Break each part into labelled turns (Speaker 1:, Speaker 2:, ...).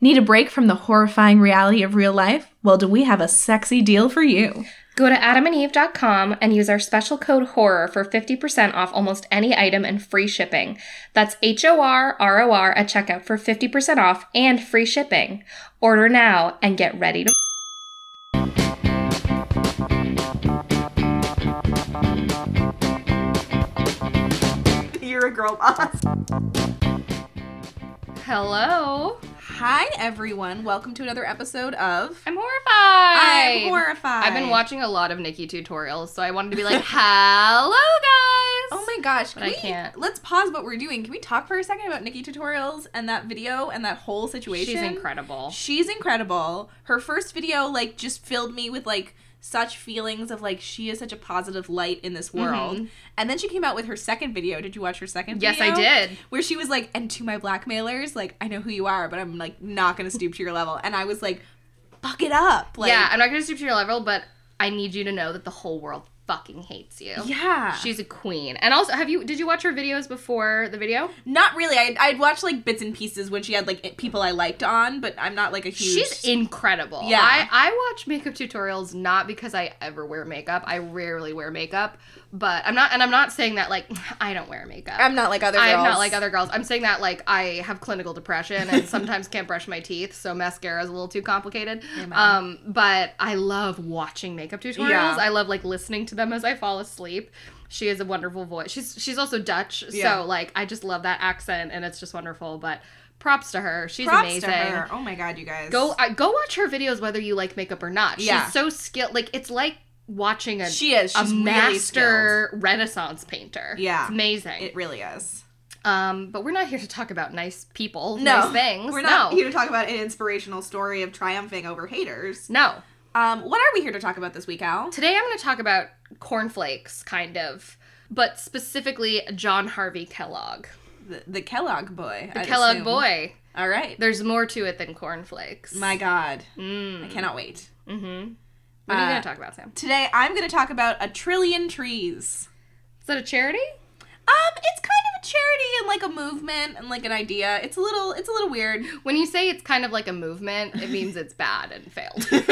Speaker 1: Need a break from the horrifying reality of real life? Well, do we have a sexy deal for you?
Speaker 2: Go to adamandeve.com and use our special code HORROR for 50% off almost any item and free shipping. That's H O R R O R at checkout for 50% off and free shipping. Order now and get ready to.
Speaker 1: You're a girl boss.
Speaker 2: Hello.
Speaker 1: Hi, everyone. Welcome to another episode of
Speaker 2: I'm horrified.
Speaker 1: I'm Horrified.
Speaker 2: I've been watching a lot of Nikki tutorials, so I wanted to be like, hello, guys.
Speaker 1: Oh my gosh,
Speaker 2: But
Speaker 1: can
Speaker 2: I
Speaker 1: we,
Speaker 2: can't.
Speaker 1: Let's pause what we're doing. Can we talk for a second about Nikki tutorials and that video and that whole situation?
Speaker 2: She's incredible.
Speaker 1: She's incredible. Her first video like just filled me with like such feelings of like she is such a positive light in
Speaker 2: Mm-hmm.
Speaker 1: this world. And then she came out with her second video. Did you watch her second
Speaker 2: Yes, I
Speaker 1: video?
Speaker 2: did.
Speaker 1: Where she was like, and to my blackmailers, like, I know who you are, but I'm like not gonna stoop to your level. And I was like, fuck it up. Like
Speaker 2: yeah, I'm not going to stoop to your level, but I need you to know that the whole world fucking hates you.
Speaker 1: Yeah.
Speaker 2: She's a queen. And also, have you did you watch her videos before the video?
Speaker 1: Not really. I I'd watched like bits and pieces when she had like people I liked on, but I'm not like a huge
Speaker 2: She's incredible.
Speaker 1: Yeah.
Speaker 2: I, I watch makeup tutorials not because I ever wear makeup. I rarely wear makeup, but I'm not and I'm not saying that like I don't wear makeup.
Speaker 1: I'm not like other girls.
Speaker 2: I'm not like other girls. I'm saying that like I have clinical depression and sometimes can't brush my teeth, so mascara is a little too complicated. Um, but I love watching makeup tutorials.
Speaker 1: Yeah.
Speaker 2: I love like listening to them as I fall asleep. She has a wonderful voice. She's she's also Dutch,
Speaker 1: Yeah.
Speaker 2: so like I just love that accent and it's just wonderful. But props to her. She's
Speaker 1: Props
Speaker 2: amazing.
Speaker 1: to her. Oh my god, you guys.
Speaker 2: Go I, go watch her videos whether you like makeup or not.
Speaker 1: Yeah.
Speaker 2: She's so skilled. Like it's like watching a
Speaker 1: She is.
Speaker 2: a
Speaker 1: She's really skilled.
Speaker 2: master Renaissance painter.
Speaker 1: Yeah.
Speaker 2: It's amazing.
Speaker 1: It really is.
Speaker 2: Um, but we're not here to talk about nice people,
Speaker 1: No
Speaker 2: nice things.
Speaker 1: We're not
Speaker 2: no.
Speaker 1: here to talk about an inspirational story of triumphing over haters.
Speaker 2: no.
Speaker 1: Um, what are we here to talk about this week, Al?
Speaker 2: Today I'm going to talk about cornflakes, kind of, but specifically John Harvey Kellogg,
Speaker 1: The, the Kellogg boy.
Speaker 2: the
Speaker 1: I'd
Speaker 2: Kellogg
Speaker 1: assume.
Speaker 2: boy.
Speaker 1: All right.
Speaker 2: There's more to it than cornflakes.
Speaker 1: My God,
Speaker 2: Mm.
Speaker 1: I cannot wait.
Speaker 2: Mm-hmm. What are you
Speaker 1: Uh,
Speaker 2: going to talk about, Sam?
Speaker 1: Today, I'm going to talk about a trillion trees.
Speaker 2: Is that a charity?
Speaker 1: Um, it's kind of a charity and like a movement and like an idea. It's a little, it's a little weird.
Speaker 2: When you say it's kind of like a movement, it means it's bad and failed.
Speaker 1: No,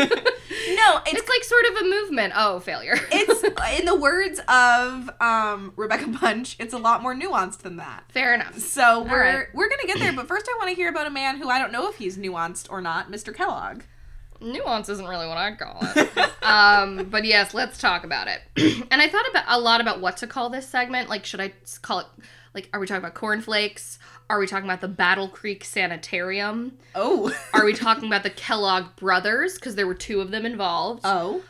Speaker 1: it's
Speaker 2: it's like sort of a movement. Oh, failure.
Speaker 1: it's in the words of um Rebecca Bunch. It's a lot more nuanced than that.
Speaker 2: Fair enough.
Speaker 1: So we're
Speaker 2: right.
Speaker 1: we're gonna get there, but first I want to hear about a man who I don't know if he's nuanced or not, Mr. Kellogg.
Speaker 2: Nuance isn't really what I call it. um, but yes, let's talk about it. and I thought about a lot about what to call this segment. Like, should I s- call it? Like, are we talking about cornflakes? Are we talking about the Battle Creek Sanitarium?
Speaker 1: Oh,
Speaker 2: Are we talking about the Kellogg brothers? Because there were two of them involved,
Speaker 1: oh,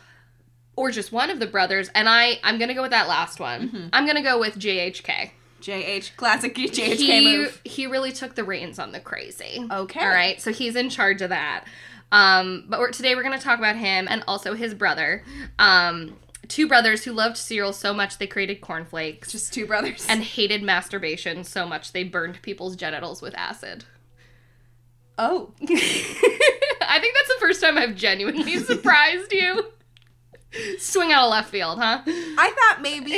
Speaker 2: or just one of the brothers. And I, I'm gonna go with that last one. I'm gonna go with JHK.
Speaker 1: JH classic JHK
Speaker 2: he,
Speaker 1: move.
Speaker 2: he really took the reins on the crazy.
Speaker 1: Okay,
Speaker 2: All right, so he's in charge of that. Um, but we're, today we're going to talk about him and also his brother. Um, two brothers who loved cereal so much they created cornflakes
Speaker 1: just two brothers.
Speaker 2: and hated masturbation so much they burned people's genitals with acid.
Speaker 1: oh,
Speaker 2: I think that's the first time I've genuinely surprised you. Swing out of left field, huh?
Speaker 1: I thought maybe.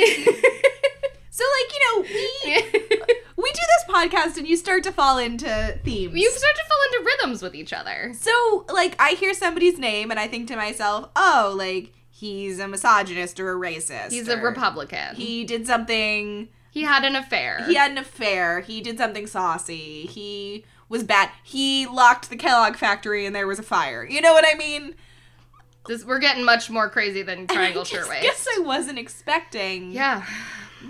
Speaker 1: so like you know we we do this podcast and you start to fall into themes.
Speaker 2: you start to fall into rhythms with each other.
Speaker 1: so like I hear somebody's name and I think to myself, oh, like he's a misogynist or a racist.
Speaker 2: He's a
Speaker 1: or
Speaker 2: Republican. He,
Speaker 1: He did something.
Speaker 2: had an affair.
Speaker 1: He had an affair. He did something saucy. He was bad. He locked the Kellogg factory and there was a fire. You know what I mean?
Speaker 2: This, we're getting much more crazy than Triangle
Speaker 1: I just
Speaker 2: Shirtwaist.
Speaker 1: guess I wasn't expecting
Speaker 2: Yeah.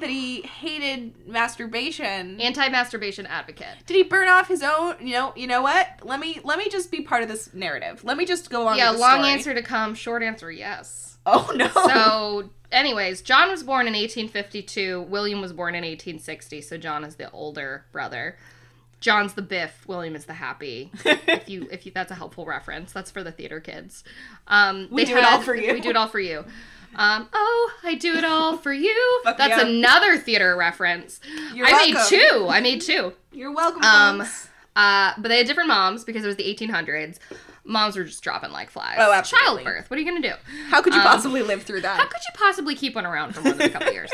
Speaker 1: that he hated masturbation.
Speaker 2: Anti-masturbation advocate.
Speaker 1: did he burn off his own? You know, you know what? Let me let me just be part of this narrative. Let me just go on.
Speaker 2: yeah,
Speaker 1: with the
Speaker 2: long
Speaker 1: story.
Speaker 2: answer to come, short answer yes.
Speaker 1: Oh no.
Speaker 2: So, anyways, John was born in 1852, William was born in 1860, so John is the older brother. John's the biff, William is the happy. if you if you that's a helpful reference. That's for the theater kids. Um
Speaker 1: We
Speaker 2: they
Speaker 1: do it all
Speaker 2: had-
Speaker 1: for you.
Speaker 2: We do it all for you. Um, oh, I do it all for you.
Speaker 1: Fuck
Speaker 2: That's
Speaker 1: yeah.
Speaker 2: another theater reference.
Speaker 1: You're
Speaker 2: I made
Speaker 1: welcome.
Speaker 2: two. I made two.
Speaker 1: You're welcome.
Speaker 2: Um,
Speaker 1: folks.
Speaker 2: Uh, but they had different moms because it was the 1800s. Moms were just dropping like flies.
Speaker 1: Oh, absolutely.
Speaker 2: Childbirth. What are you gonna do?
Speaker 1: How could you
Speaker 2: um,
Speaker 1: possibly live through
Speaker 2: How
Speaker 1: that?
Speaker 2: could you possibly keep one around for more than a couple years?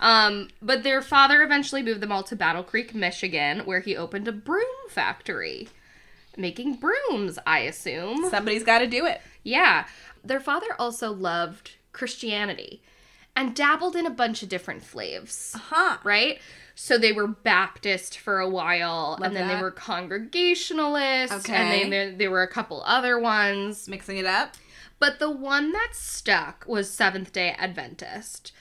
Speaker 2: Um, but their father eventually moved them all to Battle Creek, Michigan, where he opened a broom factory. making brooms, I assume.
Speaker 1: Somebody's got to do it.
Speaker 2: Yeah. Their father also loved Christianity and dabbled in a bunch of different flavors,
Speaker 1: Huh.
Speaker 2: right? So they were Baptist for a while,
Speaker 1: Love
Speaker 2: and then
Speaker 1: that.
Speaker 2: they were Congregationalist, and
Speaker 1: Okay.
Speaker 2: then there, there were a couple other ones.
Speaker 1: Mixing it up.
Speaker 2: But the one that stuck was Seventh day Adventist.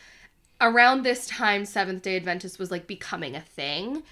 Speaker 2: Around this time, Seventh day Adventist was like becoming a thing,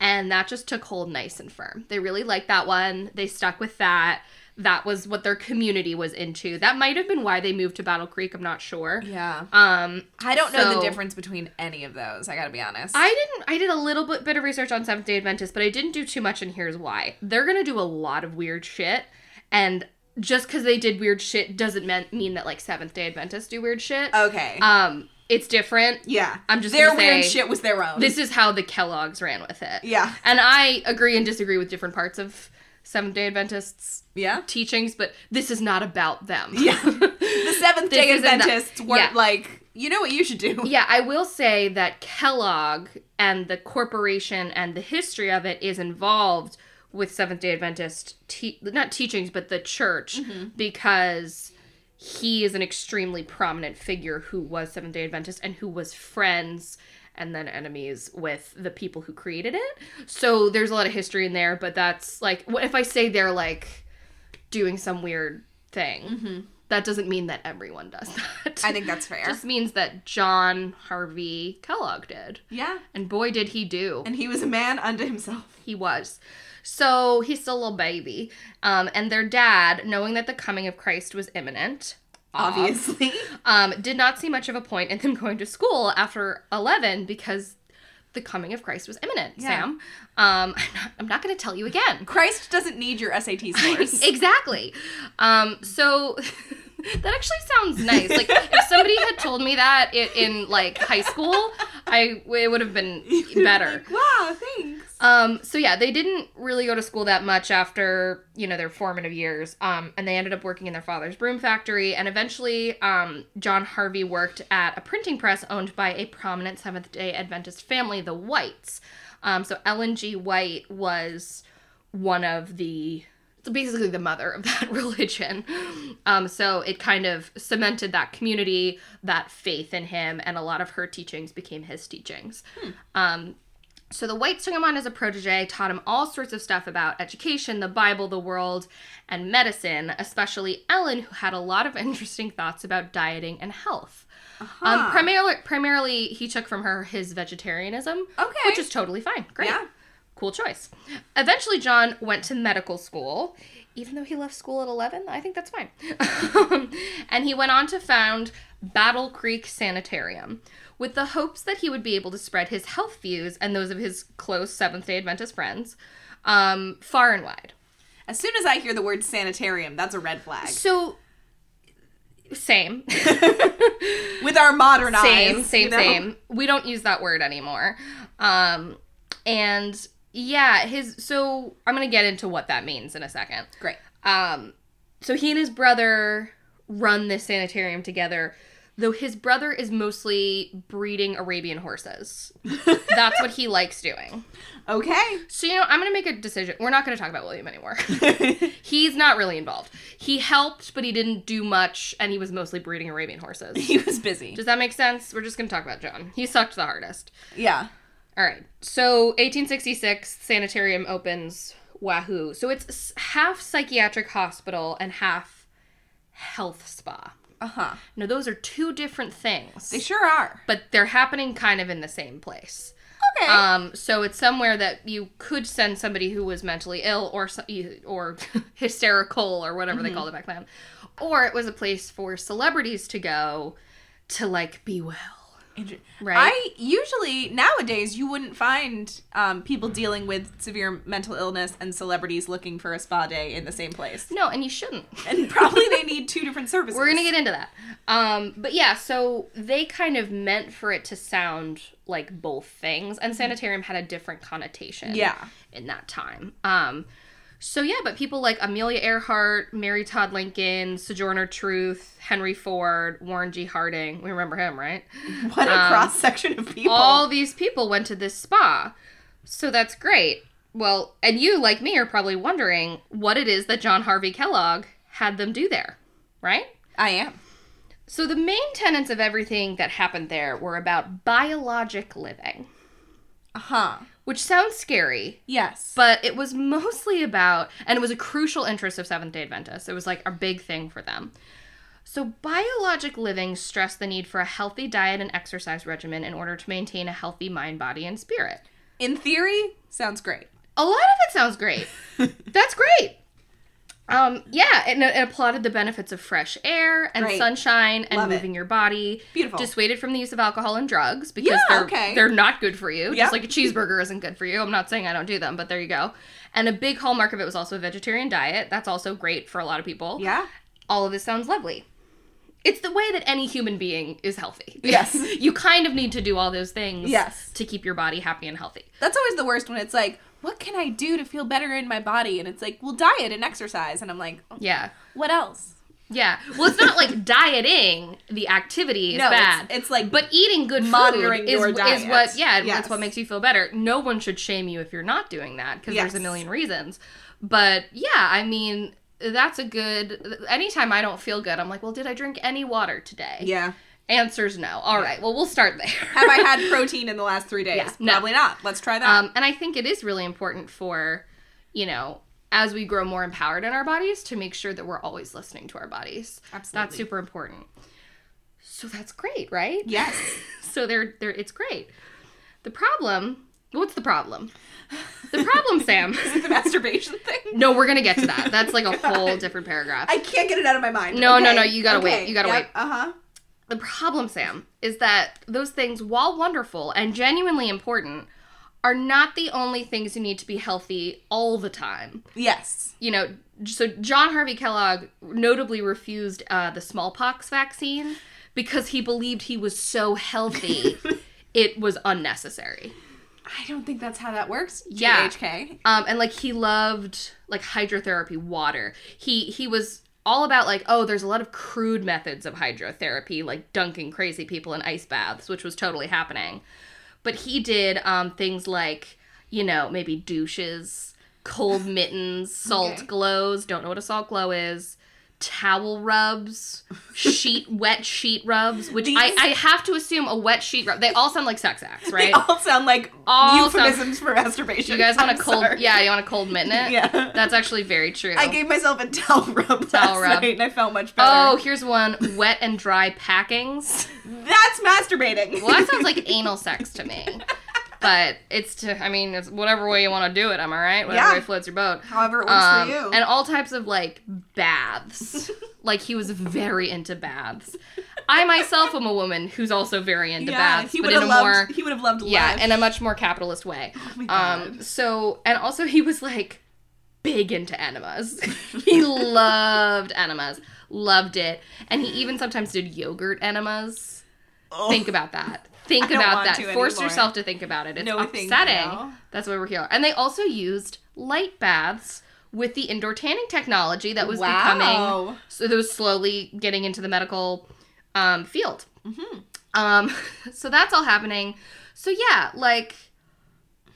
Speaker 2: and that just took hold nice and firm. They really liked that one, they stuck with that. That was what their community was into. That might have been why they moved to Battle Creek, I'm not sure.
Speaker 1: Yeah.
Speaker 2: Um,
Speaker 1: I don't know the
Speaker 2: So-
Speaker 1: difference between any of those. I got to be honest.
Speaker 2: I didn't. I did a little bit, bit of research on Seventh Day Adventists, but I didn't do too much, and here's why: they're gonna do a lot of weird shit, and just because they did weird shit doesn't mean mean that like Seventh Day Adventists do weird shit.
Speaker 1: okay.
Speaker 2: Um, it's different.
Speaker 1: yeah.
Speaker 2: I'm just
Speaker 1: their
Speaker 2: gonna
Speaker 1: weird
Speaker 2: say-
Speaker 1: shit was their own.
Speaker 2: This is how the Kellogg's ran with it.
Speaker 1: Yeah.
Speaker 2: and I agree and disagree with different parts of Seventh Day Adventists'
Speaker 1: Yeah.
Speaker 2: teachings, but this is not about them.
Speaker 1: Yeah. The Seventh
Speaker 2: This
Speaker 1: Day
Speaker 2: isn't the-
Speaker 1: Adventists weren't
Speaker 2: Yeah.
Speaker 1: like, you know what you should do.
Speaker 2: Yeah, I will say that Kellogg and the corporation and the history of it is involved with Seventh day Adventist, te- not teachings, but the church,
Speaker 1: Mm-hmm.
Speaker 2: because he is an extremely prominent figure who was Seventh day Adventist and who was friends and then enemies with the people who created it. So there's a lot of history in there, but that's like, what if I say they're like doing some weird thing? That doesn't mean that everyone does that.
Speaker 1: Mm-hmm. I think that's fair.
Speaker 2: Just means that John Harvey Kellogg did.
Speaker 1: yeah.
Speaker 2: And boy, did he do.
Speaker 1: And he was a man unto himself.
Speaker 2: He was. So he's still a little baby. Um, and their dad, knowing that the coming of Christ was imminent,
Speaker 1: Obviously.
Speaker 2: um, did not see much of a point in them going to school after 11 because the coming of Christ was imminent,
Speaker 1: Yeah.
Speaker 2: Sam. Um, I'm not, I'm not going to tell you again.
Speaker 1: Christ doesn't need your SAT scores.
Speaker 2: exactly. Um, so that actually sounds nice. Like if somebody had told me that it, in like high school, I it would have been better.
Speaker 1: Like, wow, thanks.
Speaker 2: Um, so yeah, they didn't really go to school that much after you know their formative years, um, and they ended up working in their father's broom factory. And eventually, um, John Harvey worked at a printing press owned by a prominent Seventh Day Adventist family, the Whites. Um, so Ellen G. White was one of the so basically the mother of that religion. Um, so it kind of cemented that community, that faith in him, and a lot of her teachings became his teachings. Um, so the whites took him on as a protege, taught him all sorts of stuff about education, the Bible, the world, and medicine, especially Ellen, who had a lot of interesting thoughts about dieting and health. Um,
Speaker 1: Huh.
Speaker 2: primarily, primarily, he took from her his vegetarianism,
Speaker 1: Okay.
Speaker 2: which is totally fine. Great.
Speaker 1: Yeah.
Speaker 2: Cool choice. Eventually, John went to medical school, even though he left school at 11. I think that's fine. and he went on to found Battle Creek Sanitarium with the hopes that he would be able to spread his health views and those of his close Seventh day Adventist friends um, far and wide.
Speaker 1: As soon as I hear the word sanitarium, that's a red flag.
Speaker 2: So, same.
Speaker 1: With our modern
Speaker 2: same,
Speaker 1: eyes.
Speaker 2: same,
Speaker 1: you know?
Speaker 2: same. We don't use that word anymore. Um, and yeah, his. So I'm gonna get into what that means in a second.
Speaker 1: Great.
Speaker 2: Um, so he and his brother run this sanitarium together, though his brother is mostly breeding Arabian horses. That's what he likes doing.
Speaker 1: Okay.
Speaker 2: So you know, I'm gonna make a decision. We're not gonna talk about William anymore. He's not really involved. He helped, but he didn't do much, and he was mostly breeding Arabian horses.
Speaker 1: he was busy.
Speaker 2: Does that make sense? We're just going to talk about John. He sucked the hardest.
Speaker 1: yeah.
Speaker 2: All right. So, 1866, sanitarium opens Wahoo. So, it's s- half psychiatric hospital and half health spa.
Speaker 1: Uh huh.
Speaker 2: Now, those are two different things,
Speaker 1: They sure are.
Speaker 2: but they're happening kind of in the same place.
Speaker 1: Okay.
Speaker 2: Um, so it's somewhere that you could send somebody who was mentally ill or so- or hysterical or whatever they called it back then, or it was a place for celebrities to go to like be well.
Speaker 1: Inter-
Speaker 2: right.
Speaker 1: I usually nowadays you wouldn't find um, people dealing with severe mental illness and celebrities looking for a spa day in the same place.
Speaker 2: No, and you shouldn't.
Speaker 1: And probably they need two different services.
Speaker 2: We're gonna get into that. Um, but yeah, so they kind of meant for it to sound like both things, and sanitarium had a different connotation.
Speaker 1: Yeah.
Speaker 2: in that time. Um, so yeah, but people like Amelia Earhart, Mary Todd Lincoln, Sojourner Truth, Henry Ford, Warren G. Harding. We remember him, right? um,
Speaker 1: what a cross section of people.
Speaker 2: All these people went to this spa, so that's great. Well, and you, like me, are probably wondering what it is that John Harvey Kellogg had them do there, right?
Speaker 1: I am.
Speaker 2: So the main tenets of everything that happened there were about biologic living,
Speaker 1: Uh huh.
Speaker 2: which sounds scary,
Speaker 1: Yes.
Speaker 2: but it was mostly about, and it was a crucial interest of Seventh day Adventists. It was like a big thing for them. So, biologic living stressed the need for a healthy diet and exercise regimen in order to maintain a healthy mind, body, and spirit.
Speaker 1: in theory, sounds great.
Speaker 2: A lot of it sounds great. That's great. Um, yeah, and it, it applauded the benefits of fresh air and
Speaker 1: Great.
Speaker 2: sunshine and
Speaker 1: Love it.
Speaker 2: moving your body.
Speaker 1: Beautiful.
Speaker 2: Dissuaded from the use of alcohol and drugs because
Speaker 1: Yeah,
Speaker 2: they're
Speaker 1: okay.
Speaker 2: they're not good for you.
Speaker 1: Yeah.
Speaker 2: Just like a cheeseburger isn't good for you. I'm not saying I don't do them, but there you go. And a big hallmark of it was also a vegetarian diet. That's also great for a lot of people.
Speaker 1: Yeah.
Speaker 2: All of this sounds lovely. It's the way that any human being is healthy.
Speaker 1: Yes.
Speaker 2: you kind of need to do all those things
Speaker 1: Yes.
Speaker 2: to keep your body happy and healthy.
Speaker 1: That's always the worst when it's like, what can I do to feel better in my body? And it's like, well, diet and exercise. And I'm like,
Speaker 2: Yeah.
Speaker 1: what else?
Speaker 2: Yeah. Well, it's not like dieting the activity is
Speaker 1: no, it's-
Speaker 2: bad.
Speaker 1: It's, like,
Speaker 2: but eating good
Speaker 1: monitoring
Speaker 2: food
Speaker 1: your
Speaker 2: is, is
Speaker 1: diet.
Speaker 2: what yeah,
Speaker 1: Yes.
Speaker 2: it's what makes you feel better. No one should shame you if you're not doing that because there's a
Speaker 1: Yes.
Speaker 2: million reasons. But yeah, I mean, that's a good anytime I don't feel good, I'm like, well, did I drink any water today?
Speaker 1: yeah.
Speaker 2: Answer's no. All right. Well, we'll start there.
Speaker 1: Have I had protein in the last three days?
Speaker 2: Yeah, no.
Speaker 1: Probably not. Let's try that.
Speaker 2: Um, and I think it is really important for, you know, as we grow more empowered in our bodies, to make sure that we're always listening to our bodies. That's
Speaker 1: Absolutely.
Speaker 2: super important. So that's great, right?
Speaker 1: yes.
Speaker 2: So they're they're it's great. The problem, what's the problem? The problem, Sam.
Speaker 1: the masturbation thing.
Speaker 2: No, we're gonna get to that. That's like a whole different paragraph.
Speaker 1: I can't get it out of my mind.
Speaker 2: No, no, no, you gotta wait, you gotta wait.
Speaker 1: Uh huh.
Speaker 2: The problem, Sam, is that those things, while wonderful and genuinely important, are not the only things you need to be healthy all the time.
Speaker 1: Yes.
Speaker 2: you know, so John Harvey Kellogg notably refused uh, the smallpox vaccine because he believed he was so healthy it was unnecessary.
Speaker 1: I don't think that's how that works.
Speaker 2: Yeah.
Speaker 1: GHK.
Speaker 2: Um, and like he loved like hydrotherapy, water. He he was all about like oh, there's a lot of crude methods of hydrotherapy, like dunking crazy people in ice baths, which was totally happening. But he did um, things like you know maybe douches, cold mittens, salt
Speaker 1: Okay.
Speaker 2: glows. Don't know what a salt glow is. Towel rubs, sheet wet sheet rubs, which I,
Speaker 1: These-
Speaker 2: I have to assume a wet sheet rub. They all sound like sex acts, right?
Speaker 1: They all sound like
Speaker 2: All sound-
Speaker 1: euphemisms for masturbation.
Speaker 2: you guys want
Speaker 1: I'm
Speaker 2: a cold?
Speaker 1: sorry.
Speaker 2: Yeah, you want a cold minute?
Speaker 1: Yeah.
Speaker 2: That's actually very true.
Speaker 1: I gave myself a towel rub last
Speaker 2: rub.
Speaker 1: night and I felt much better.
Speaker 2: oh, here's one wet and dry packings.
Speaker 1: that's masturbating.
Speaker 2: Well, that sounds like anal sex to me. But it's to, I mean, it's whatever way you want to do it, am I right? Whatever
Speaker 1: Yeah.
Speaker 2: way floats your boat.
Speaker 1: However, it works
Speaker 2: Um,
Speaker 1: for you.
Speaker 2: and all types of like baths. like he was very into baths. I myself am a woman who's also very into baths,
Speaker 1: he
Speaker 2: but
Speaker 1: would
Speaker 2: in
Speaker 1: have loved.
Speaker 2: a more
Speaker 1: he would have loved.
Speaker 2: yeah,
Speaker 1: life.
Speaker 2: in a much more capitalist way.
Speaker 1: Oh my
Speaker 2: um,
Speaker 1: God.
Speaker 2: so and also he was like big into enemas. he loved enemas, loved it, and he even sometimes did yogurt enemas.
Speaker 1: Oh.
Speaker 2: Think about that. Think
Speaker 1: don't
Speaker 2: about
Speaker 1: want
Speaker 2: that.
Speaker 1: to
Speaker 2: Force
Speaker 1: anymore.
Speaker 2: yourself to think about it. It's
Speaker 1: No, thank
Speaker 2: upsetting.
Speaker 1: you.
Speaker 2: That's why we're here. And they also used light baths with the indoor tanning technology that was becoming
Speaker 1: wow.
Speaker 2: so that was slowly getting into the medical um, field. Um, so that's all happening. So yeah, like,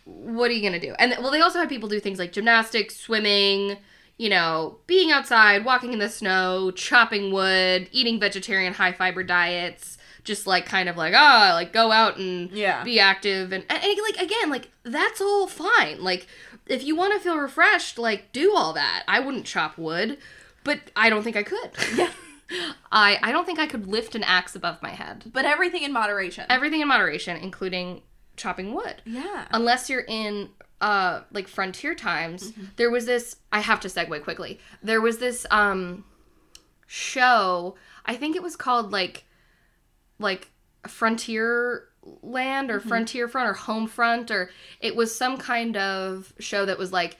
Speaker 2: what are you gonna do? And well, they also had people do things like gymnastics, swimming, you know, being outside, walking in the snow, chopping wood, eating vegetarian high fiber diets. Just like kind of like ah, like go out and
Speaker 1: Yeah.
Speaker 2: be active and, and, and, like again, like that's all fine. Like if you want to feel refreshed, like do all that. I wouldn't chop wood, but I don't think I could. Yeah. I I don't think I could lift an axe above my head
Speaker 1: But everything in moderation.
Speaker 2: everything in moderation, including chopping wood.
Speaker 1: yeah.
Speaker 2: Unless you're in uh like frontier times,
Speaker 1: Mm-hmm.
Speaker 2: there was this I have to segue quickly. There was this um show, I think it was called like like Frontier Land
Speaker 1: Mm-hmm.
Speaker 2: or Frontier Front or Home Front or it was some kind of show that was like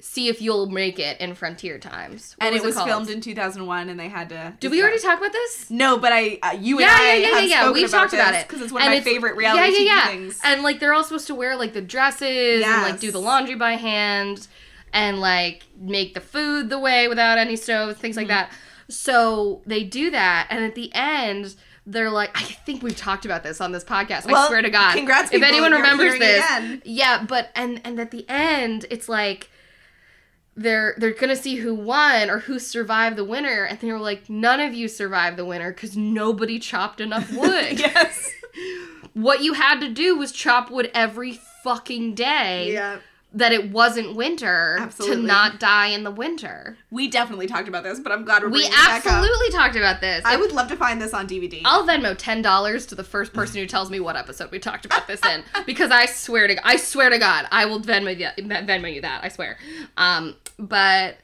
Speaker 2: see if you'll make it in frontier times. What
Speaker 1: and it was
Speaker 2: called?
Speaker 1: filmed in 2001, and they had to.
Speaker 2: Did we already talk about this?
Speaker 1: No, but I, uh, you
Speaker 2: yeah, yeah,
Speaker 1: and I
Speaker 2: yeah, yeah,
Speaker 1: have
Speaker 2: yeah.
Speaker 1: spoken
Speaker 2: We
Speaker 1: about
Speaker 2: talked about it
Speaker 1: because it's one of my favorite reality TV things.
Speaker 2: And like they're all supposed to wear like the dresses and like do
Speaker 1: Yes.
Speaker 2: the laundry by hand and like make the food
Speaker 1: Mm-hmm.
Speaker 2: the way without any stove, things like that. So they do that, and at the end, they're like, I think we've talked about this on this podcast. I
Speaker 1: Well,
Speaker 2: swear to God.
Speaker 1: congrats,
Speaker 2: if
Speaker 1: people,
Speaker 2: anyone
Speaker 1: you're
Speaker 2: remembers
Speaker 1: hearing it
Speaker 2: this,
Speaker 1: again.
Speaker 2: yeah. But and and at the end, it's like they're they're gonna see who won or who survived the winter, and they were like, none of you survived the winter because nobody chopped enough wood.
Speaker 1: yes.
Speaker 2: What you had to do was chop wood every fucking day.
Speaker 1: Yeah.
Speaker 2: That it wasn't winter
Speaker 1: Absolutely.
Speaker 2: to not die in the winter.
Speaker 1: We definitely talked about this, but I'm glad we're
Speaker 2: We
Speaker 1: bringing it back up.
Speaker 2: absolutely Oh, talked about this.
Speaker 1: I would love to find this on DVD.
Speaker 2: I'll Venmo ten dollars to the first person who tells me what episode we talked about this in, because I swear to I swear to God, I will Venmo you, Venmo you that. I swear. Um, but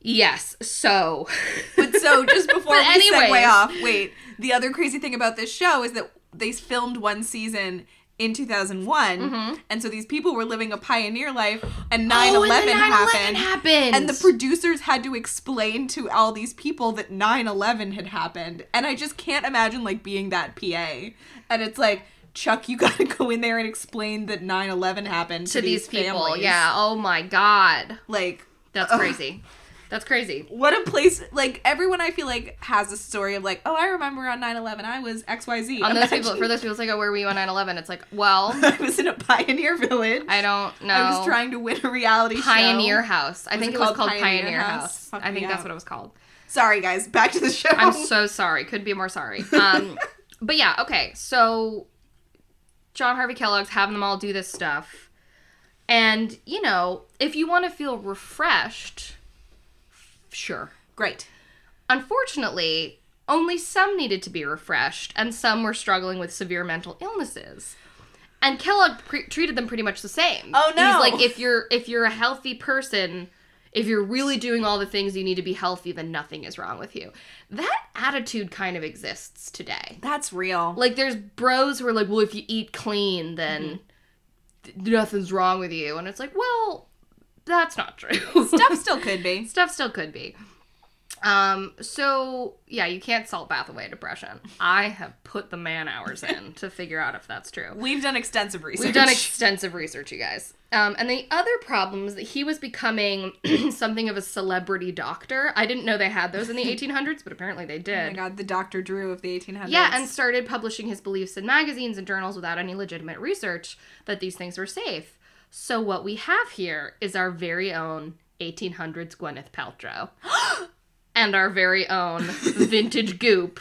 Speaker 2: yes, so
Speaker 1: But so just before
Speaker 2: But
Speaker 1: we
Speaker 2: anyways.
Speaker 1: segue off, wait. The other crazy thing about this show is that they filmed one season in 2001, and so these people were living a pioneer life, and 9/11,
Speaker 2: Mm-hmm. Oh, and the 9/11
Speaker 1: happened,
Speaker 2: happened.
Speaker 1: and the producers had to explain to all these people that 9/11 had happened, and I just can't imagine like being that PA, and it's like. Chuck, you gotta go in there and explain that 9 11 happened to,
Speaker 2: to these people,
Speaker 1: families.
Speaker 2: yeah. Oh my God,
Speaker 1: Like,
Speaker 2: that's
Speaker 1: Ugh.
Speaker 2: crazy. That's crazy.
Speaker 1: what a place like everyone i feel like has a story of like oh i remember on 9-11 i was xyz
Speaker 2: On those
Speaker 1: Imagine
Speaker 2: people, for those people, it's like, oh, where were you on 9-11? It's like, well,
Speaker 1: i was in a pioneer village
Speaker 2: I don't know.
Speaker 1: I was trying to win a reality
Speaker 2: Pioneer
Speaker 1: show
Speaker 2: House. I
Speaker 1: Was
Speaker 2: think
Speaker 1: it
Speaker 2: it was
Speaker 1: called
Speaker 2: called
Speaker 1: Pioneer
Speaker 2: Pioneer,
Speaker 1: House?
Speaker 2: House.
Speaker 1: Fuck
Speaker 2: I
Speaker 1: me
Speaker 2: think that's
Speaker 1: up.
Speaker 2: what it was called.
Speaker 1: sorry guys back to the show
Speaker 2: I'm so sorry. Couldn't be more sorry. Um, but yeah, okay. So John Harvey Kellogg's having them all do this stuff. And, you know, if you want to feel refreshed, sure.
Speaker 1: great
Speaker 2: Unfortunately, only some needed to be refreshed, and some were struggling with severe mental illnesses. And Kellogg pre- treated them pretty much the same.
Speaker 1: Oh, no.
Speaker 2: He's like, if you're if you're a healthy person, if you're really doing all the things you need to be healthy, then nothing is wrong with you. That attitude kind of exists today.
Speaker 1: that's real
Speaker 2: Like, there's bros who are like, well, if you eat clean, then th-
Speaker 1: Mm-hmm.
Speaker 2: nothing's wrong with you, and it's like, well, that's not true.
Speaker 1: stuff still could be
Speaker 2: Stuff still could be. Um, so yeah, you can't salt bath away depression. I have put the man hours in to figure out if that's true.
Speaker 1: we've done extensive research
Speaker 2: We've done extensive research, you guys. Um, and the other problem is that he was becoming something of a celebrity doctor. I didn't know they had those in the 1800s, but apparently they
Speaker 1: oh my
Speaker 2: did.
Speaker 1: god the dr drew of the 1800s
Speaker 2: yeah, and started publishing his beliefs in magazines and journals without any legitimate research that these things were safe. So what we have here is our very own 1800s Gwyneth Paltrow and our very own vintage goop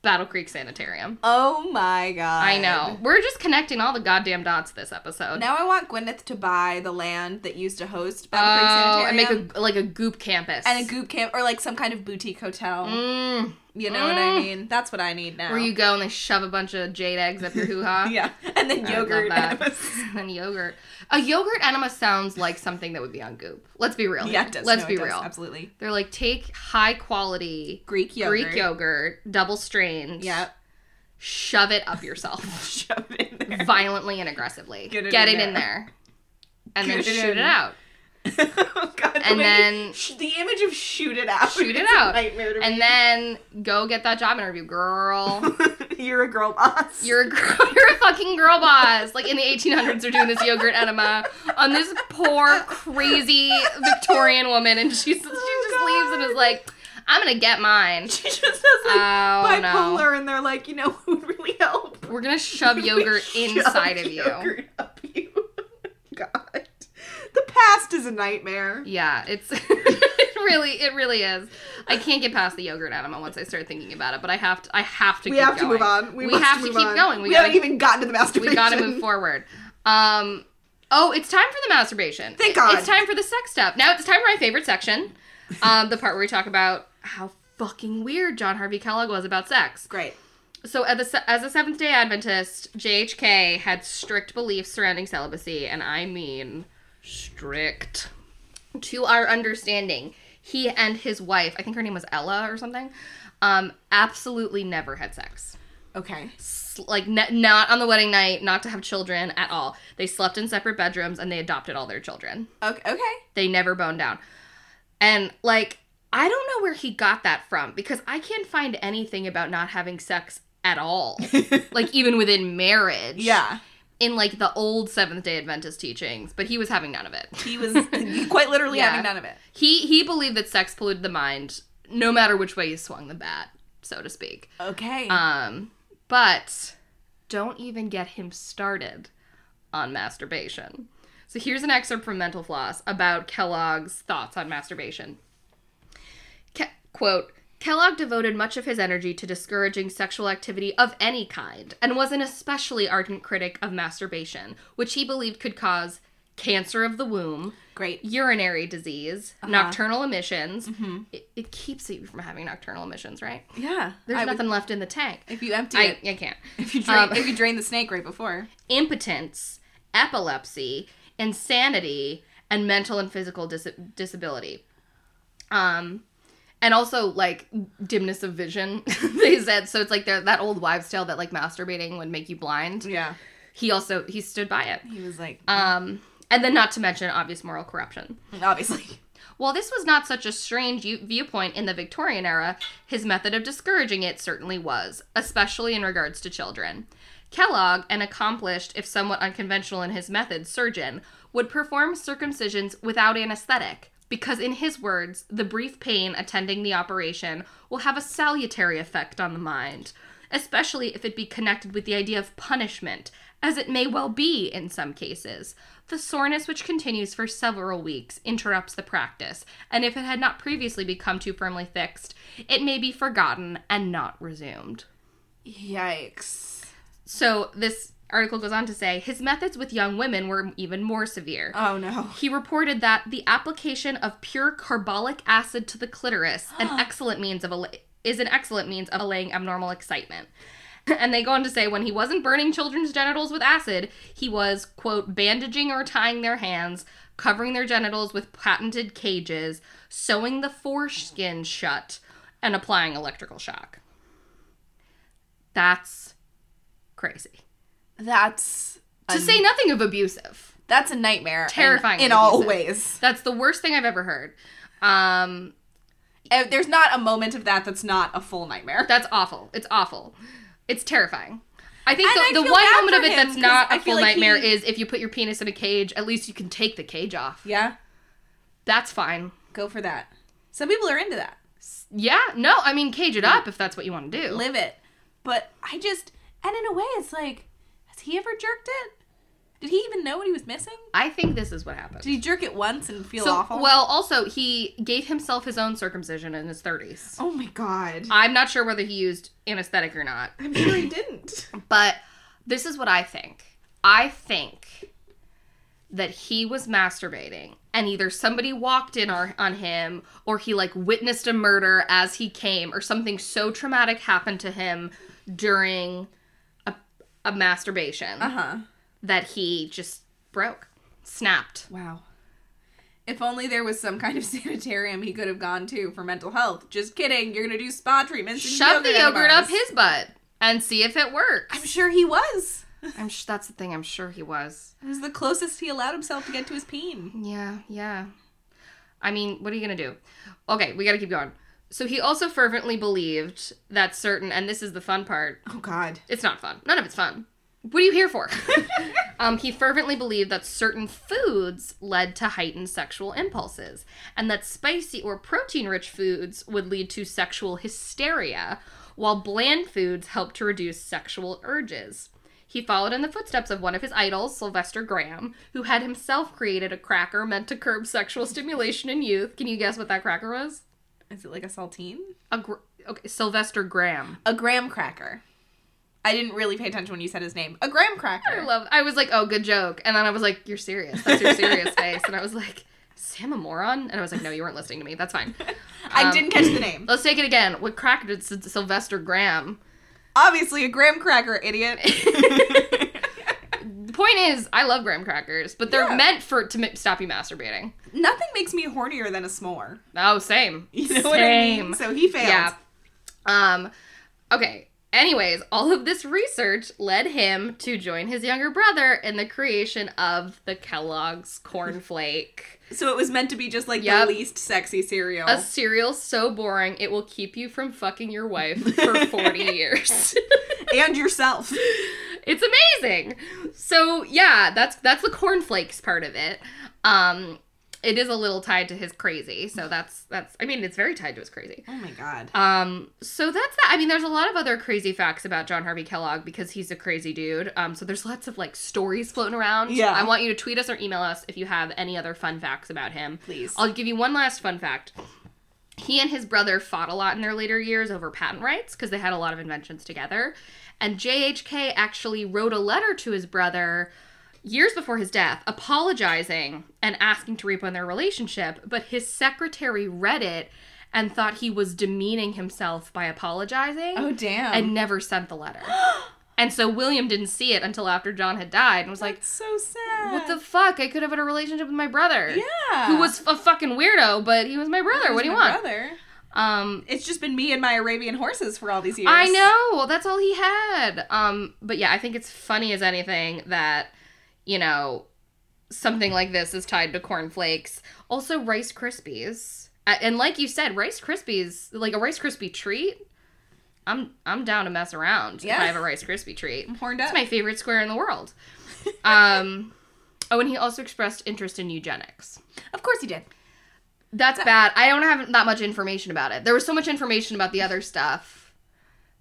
Speaker 2: Battle Creek Sanitarium.
Speaker 1: oh my god
Speaker 2: I know. We're just connecting all the goddamn dots this episode.
Speaker 1: now i want gwyneth to buy the land that used to host
Speaker 2: Oh,
Speaker 1: battle creek
Speaker 2: and
Speaker 1: sanitarium
Speaker 2: make a like a goop campus.
Speaker 1: and a goop camp or like some kind of boutique hotel
Speaker 2: Mm,
Speaker 1: you know what i mean that's what i need now
Speaker 2: where you go and they shove a bunch of jade eggs up your hoo ha.
Speaker 1: yeah and then yogurt
Speaker 2: love that.
Speaker 1: enemas.
Speaker 2: and yogurt. A yogurt enema sounds like something that would be on Goop. Let's be real.
Speaker 1: Yeah,
Speaker 2: here.
Speaker 1: it does.
Speaker 2: Let's
Speaker 1: No, it
Speaker 2: be
Speaker 1: does.
Speaker 2: real.
Speaker 1: Absolutely.
Speaker 2: They're like take high quality
Speaker 1: Greek yogurt.
Speaker 2: Greek yogurt, double strained.
Speaker 1: Yep.
Speaker 2: Shove it up yourself.
Speaker 1: Shove it in there.
Speaker 2: violently and aggressively.
Speaker 1: Get it in
Speaker 2: in, there. And then
Speaker 1: Get it
Speaker 2: shoot
Speaker 1: in.
Speaker 2: it out.
Speaker 1: oh, God, the
Speaker 2: And
Speaker 1: way
Speaker 2: then-
Speaker 1: you- sh- the image of shoot it out.
Speaker 2: Shoot it
Speaker 1: is a
Speaker 2: out.
Speaker 1: nightmare to
Speaker 2: And then go get that job interview, girl.
Speaker 1: me. You're a girl boss.
Speaker 2: You're a girl, you're a fucking girl boss. Like in the 1800s, they're doing this yogurt enema on this poor crazy Victorian woman, and she's she just
Speaker 1: Oh,
Speaker 2: leaves and is like, "I'm gonna get mine."
Speaker 1: she just has like
Speaker 2: Oh no,
Speaker 1: bipolar, and they're like, you know, what would really help?
Speaker 2: we're gonna shove yogurt
Speaker 1: Shove
Speaker 2: inside of you.
Speaker 1: Yogurt up you. God, the past is a nightmare.
Speaker 2: Yeah, it's it really it really is. I can't get past the yogurt enema once I start thinking about it, but I have to I have to
Speaker 1: We
Speaker 2: keep
Speaker 1: have to
Speaker 2: going.
Speaker 1: move on. We,
Speaker 2: We
Speaker 1: must
Speaker 2: have to
Speaker 1: move
Speaker 2: keep
Speaker 1: on.
Speaker 2: going. We
Speaker 1: We, haven't
Speaker 2: gotta-
Speaker 1: even gotten to the masturbation.
Speaker 2: We got to move forward. Um oh, it's time for the masturbation.
Speaker 1: Thank
Speaker 2: It-
Speaker 1: God.
Speaker 2: It's time for the sex stuff. Now it's time for my favorite section. Um the part where we talk about how fucking weird John Harvey Kellogg was about sex.
Speaker 1: Great.
Speaker 2: So at the se- as a Seventh-day Adventist, JHK had strict beliefs surrounding celibacy and I mean strict to our understanding, he and his wife, I think her name was Ella or something, um, absolutely never had sex.
Speaker 1: Okay.
Speaker 2: S- Like, ne- not on the wedding night, not to have children at all. They slept in separate bedrooms and they adopted all their children.
Speaker 1: Okay. Okay.
Speaker 2: They never boned down. And, like, I don't know where he got that from because I can't find anything about not having sex at all. like, even within marriage.
Speaker 1: Yeah.
Speaker 2: In, like, the old Seventh day Adventist teachings, but he was having none of it.
Speaker 1: He was quite literally
Speaker 2: Yeah.
Speaker 1: having none of it.
Speaker 2: He he believed that sex polluted the mind, no matter which way you swung the bat, so to speak.
Speaker 1: Okay.
Speaker 2: Um, But don't even get him started on masturbation. So here's an excerpt from Mental Floss about Kellogg's thoughts on masturbation. Ke- quote, Kellogg devoted much of his energy to discouraging sexual activity of any kind and was an especially ardent critic of masturbation, which he believed could cause cancer of the womb,
Speaker 1: Great.
Speaker 2: urinary disease,
Speaker 1: Uh-huh.
Speaker 2: nocturnal emissions. It, it keeps you from having nocturnal emissions, right?
Speaker 1: Yeah. Mm-hmm.
Speaker 2: There's
Speaker 1: I would-
Speaker 2: nothing left in the tank.
Speaker 1: if you empty
Speaker 2: I,
Speaker 1: it,
Speaker 2: I can't.
Speaker 1: if you drain,
Speaker 2: um,
Speaker 1: if you drain the snake right before.
Speaker 2: impotence, epilepsy, insanity, and mental and physical dis- disability. Um, and also like dimness of vision. they said so. It's like there- that old wives' tale that like masturbating would make you blind.
Speaker 1: Yeah.
Speaker 2: He also he stood by it.
Speaker 1: He was like,
Speaker 2: Um, and then not to mention obvious moral corruption.
Speaker 1: obviously.
Speaker 2: While this was not such a strange u- viewpoint in the Victorian era, his method of discouraging it certainly was, especially in regards to children. Kellogg, an accomplished, if somewhat unconventional in his method, surgeon, would perform circumcisions without anesthetic, because in his words, the brief pain attending the operation will have a salutary effect on the mind, especially if it be connected with the idea of punishment, as it may well be in some cases. The soreness, which continues for several weeks, interrupts the practice, and if it had not previously become too firmly fixed, it may be forgotten and not resumed.
Speaker 1: Yikes.
Speaker 2: So, this article goes on to say his methods with young women were even more severe.
Speaker 1: Oh no.
Speaker 2: He reported that the application of pure carbolic acid to the clitoris an excellent means of alla- is an excellent means of allaying abnormal excitement. And they go on to say when he wasn't burning children's genitals with acid, he was, quote, bandaging or tying their hands, covering their genitals with patented cages, sewing the foreskin shut, and applying electrical shock. That's crazy.
Speaker 1: That's
Speaker 2: To say nothing of abusive.
Speaker 1: that's a nightmare. in-
Speaker 2: Terrifying
Speaker 1: in, all
Speaker 2: abusive.
Speaker 1: ways.
Speaker 2: That's the worst thing I've ever heard. Um,
Speaker 1: Uh, There's not a moment of that that's not a full nightmare.
Speaker 2: That's awful. It's awful. It's terrifying. I think
Speaker 1: And I
Speaker 2: the, the
Speaker 1: feel
Speaker 2: one
Speaker 1: bad
Speaker 2: moment
Speaker 1: for
Speaker 2: of it
Speaker 1: him,
Speaker 2: that's
Speaker 1: 'cause
Speaker 2: not
Speaker 1: I
Speaker 2: a
Speaker 1: feel
Speaker 2: full
Speaker 1: like
Speaker 2: nightmare
Speaker 1: he-
Speaker 2: is if you put your penis in a cage, at least you can take the cage off.
Speaker 1: yeah.
Speaker 2: That's fine.
Speaker 1: Go for that. Some people are into that.
Speaker 2: Yeah, no, I mean, cage it up if that's what you want to do.
Speaker 1: Live it. But I just and in a way it's like, has he ever jerked it? Did he even know what he was missing?
Speaker 2: I think this is what happened.
Speaker 1: Did he jerk it once and feel
Speaker 2: So,
Speaker 1: awful?
Speaker 2: well, also, he gave himself his own circumcision in his 30s.
Speaker 1: oh my god.
Speaker 2: I'm not sure whether he used anesthetic or not.
Speaker 1: I'm sure he didn't.
Speaker 2: But this is what I think. I think that he was masturbating and either somebody walked in or, on him or he like witnessed a murder as he came or something so traumatic happened to him during a, a masturbation
Speaker 1: Uh huh.
Speaker 2: that he just broke, snapped.
Speaker 1: Wow. If only there was some kind of sanitarium he could have gone to for mental health. Just kidding. You're gonna do spa treatments. And
Speaker 2: Shove the yogurt up
Speaker 1: endeavors.
Speaker 2: his butt and see if it works.
Speaker 1: I'm sure he was.
Speaker 2: I'm sh- that's the thing I'm sure he was.
Speaker 1: It was the closest he allowed himself to get to his peen.
Speaker 2: Yeah, yeah. I mean, what are you going to do? Okay, we got to keep going. So he also fervently believed that certain, and this is the fun part.
Speaker 1: Oh God.
Speaker 2: It's not fun. None of it's fun. What are you here for? um, he fervently believed that certain foods led to heightened sexual impulses, and that spicy or protein rich foods would lead to sexual hysteria, while bland foods helped to reduce sexual urges. He followed in the footsteps of one of his idols, Sylvester Graham, who had himself created a cracker meant to curb sexual stimulation in youth. Can you guess what that cracker was?
Speaker 1: Is it like a saltine?
Speaker 2: A gr- okay, Sylvester Graham.
Speaker 1: A graham cracker. I didn't really pay attention when you said his name. A graham
Speaker 2: I
Speaker 1: cracker.
Speaker 2: love. I was like, oh, good joke, and then I was like, you're serious. That's your serious face, and I was like, is him a moron? And I was like, no, you weren't listening to me. That's fine.
Speaker 1: I
Speaker 2: Um,
Speaker 1: didn't catch the name.
Speaker 2: Let's take it again. What cracker did S- Sylvester Graham?
Speaker 1: Obviously, a graham cracker, idiot.
Speaker 2: The point is, I love graham crackers, but they're
Speaker 1: Yeah.
Speaker 2: meant for to m- stop you masturbating.
Speaker 1: Nothing makes me hornier than a s'more.
Speaker 2: Oh, same.
Speaker 1: You know
Speaker 2: same.
Speaker 1: what I mean? So he failed.
Speaker 2: Yeah. Um, okay. Anyways, all of this research led him to join his younger brother in the creation of the Kellogg's Cornflake.
Speaker 1: So it was meant to be just like
Speaker 2: Yep.
Speaker 1: the least sexy cereal.
Speaker 2: A cereal so boring it will keep you from fucking your wife for 40 years.
Speaker 1: and yourself.
Speaker 2: it's amazing. So yeah, that's that's the cornflakes part of it. Um it is a little tied to his crazy. So that's that's I mean, it's very tied to his crazy.
Speaker 1: Oh my god.
Speaker 2: Um, so that's that. I mean, there's a lot of other crazy facts about John Harvey Kellogg because he's a crazy dude. Um, so there's lots of like stories floating around.
Speaker 1: Yeah.
Speaker 2: I want you to tweet us or email us if you have any other fun facts about him.
Speaker 1: Please.
Speaker 2: I'll give you one last fun fact. He and his brother fought a lot in their later years over patent rights because they had a lot of inventions together. And JHK actually wrote a letter to his brother years before his death apologizing and asking to reopen their relationship, but his secretary read it and thought he was demeaning himself by apologizing
Speaker 1: oh damn.
Speaker 2: and never sent the letter. and so William didn't see it until after John had died and was like,
Speaker 1: That's so sad.
Speaker 2: what the fuck? I could have had a relationship with my brother.
Speaker 1: yeah.
Speaker 2: Who was a fucking weirdo, but he was my brother.
Speaker 1: Who's
Speaker 2: what do you
Speaker 1: my
Speaker 2: want?
Speaker 1: Brother.
Speaker 2: Um
Speaker 1: It's just been me and my Arabian horses for all these years.
Speaker 2: I know. Well, that's all he had. Um, but yeah, I think it's funny as anything that, you know, something like this is tied to cornflakes. Also, Rice Krispies. A- And like you said, Rice Krispies, like a Rice Krispie treat. I'm I'm down to mess around if
Speaker 1: Yes.
Speaker 2: I have a Rice Krispie treat.
Speaker 1: I'm horned
Speaker 2: It's
Speaker 1: up.
Speaker 2: my favorite square in the world. Um, oh, and he also expressed interest in eugenics.
Speaker 1: Of course he did.
Speaker 2: That's bad. I don't have that much information about it. There was so much information about the other stuff.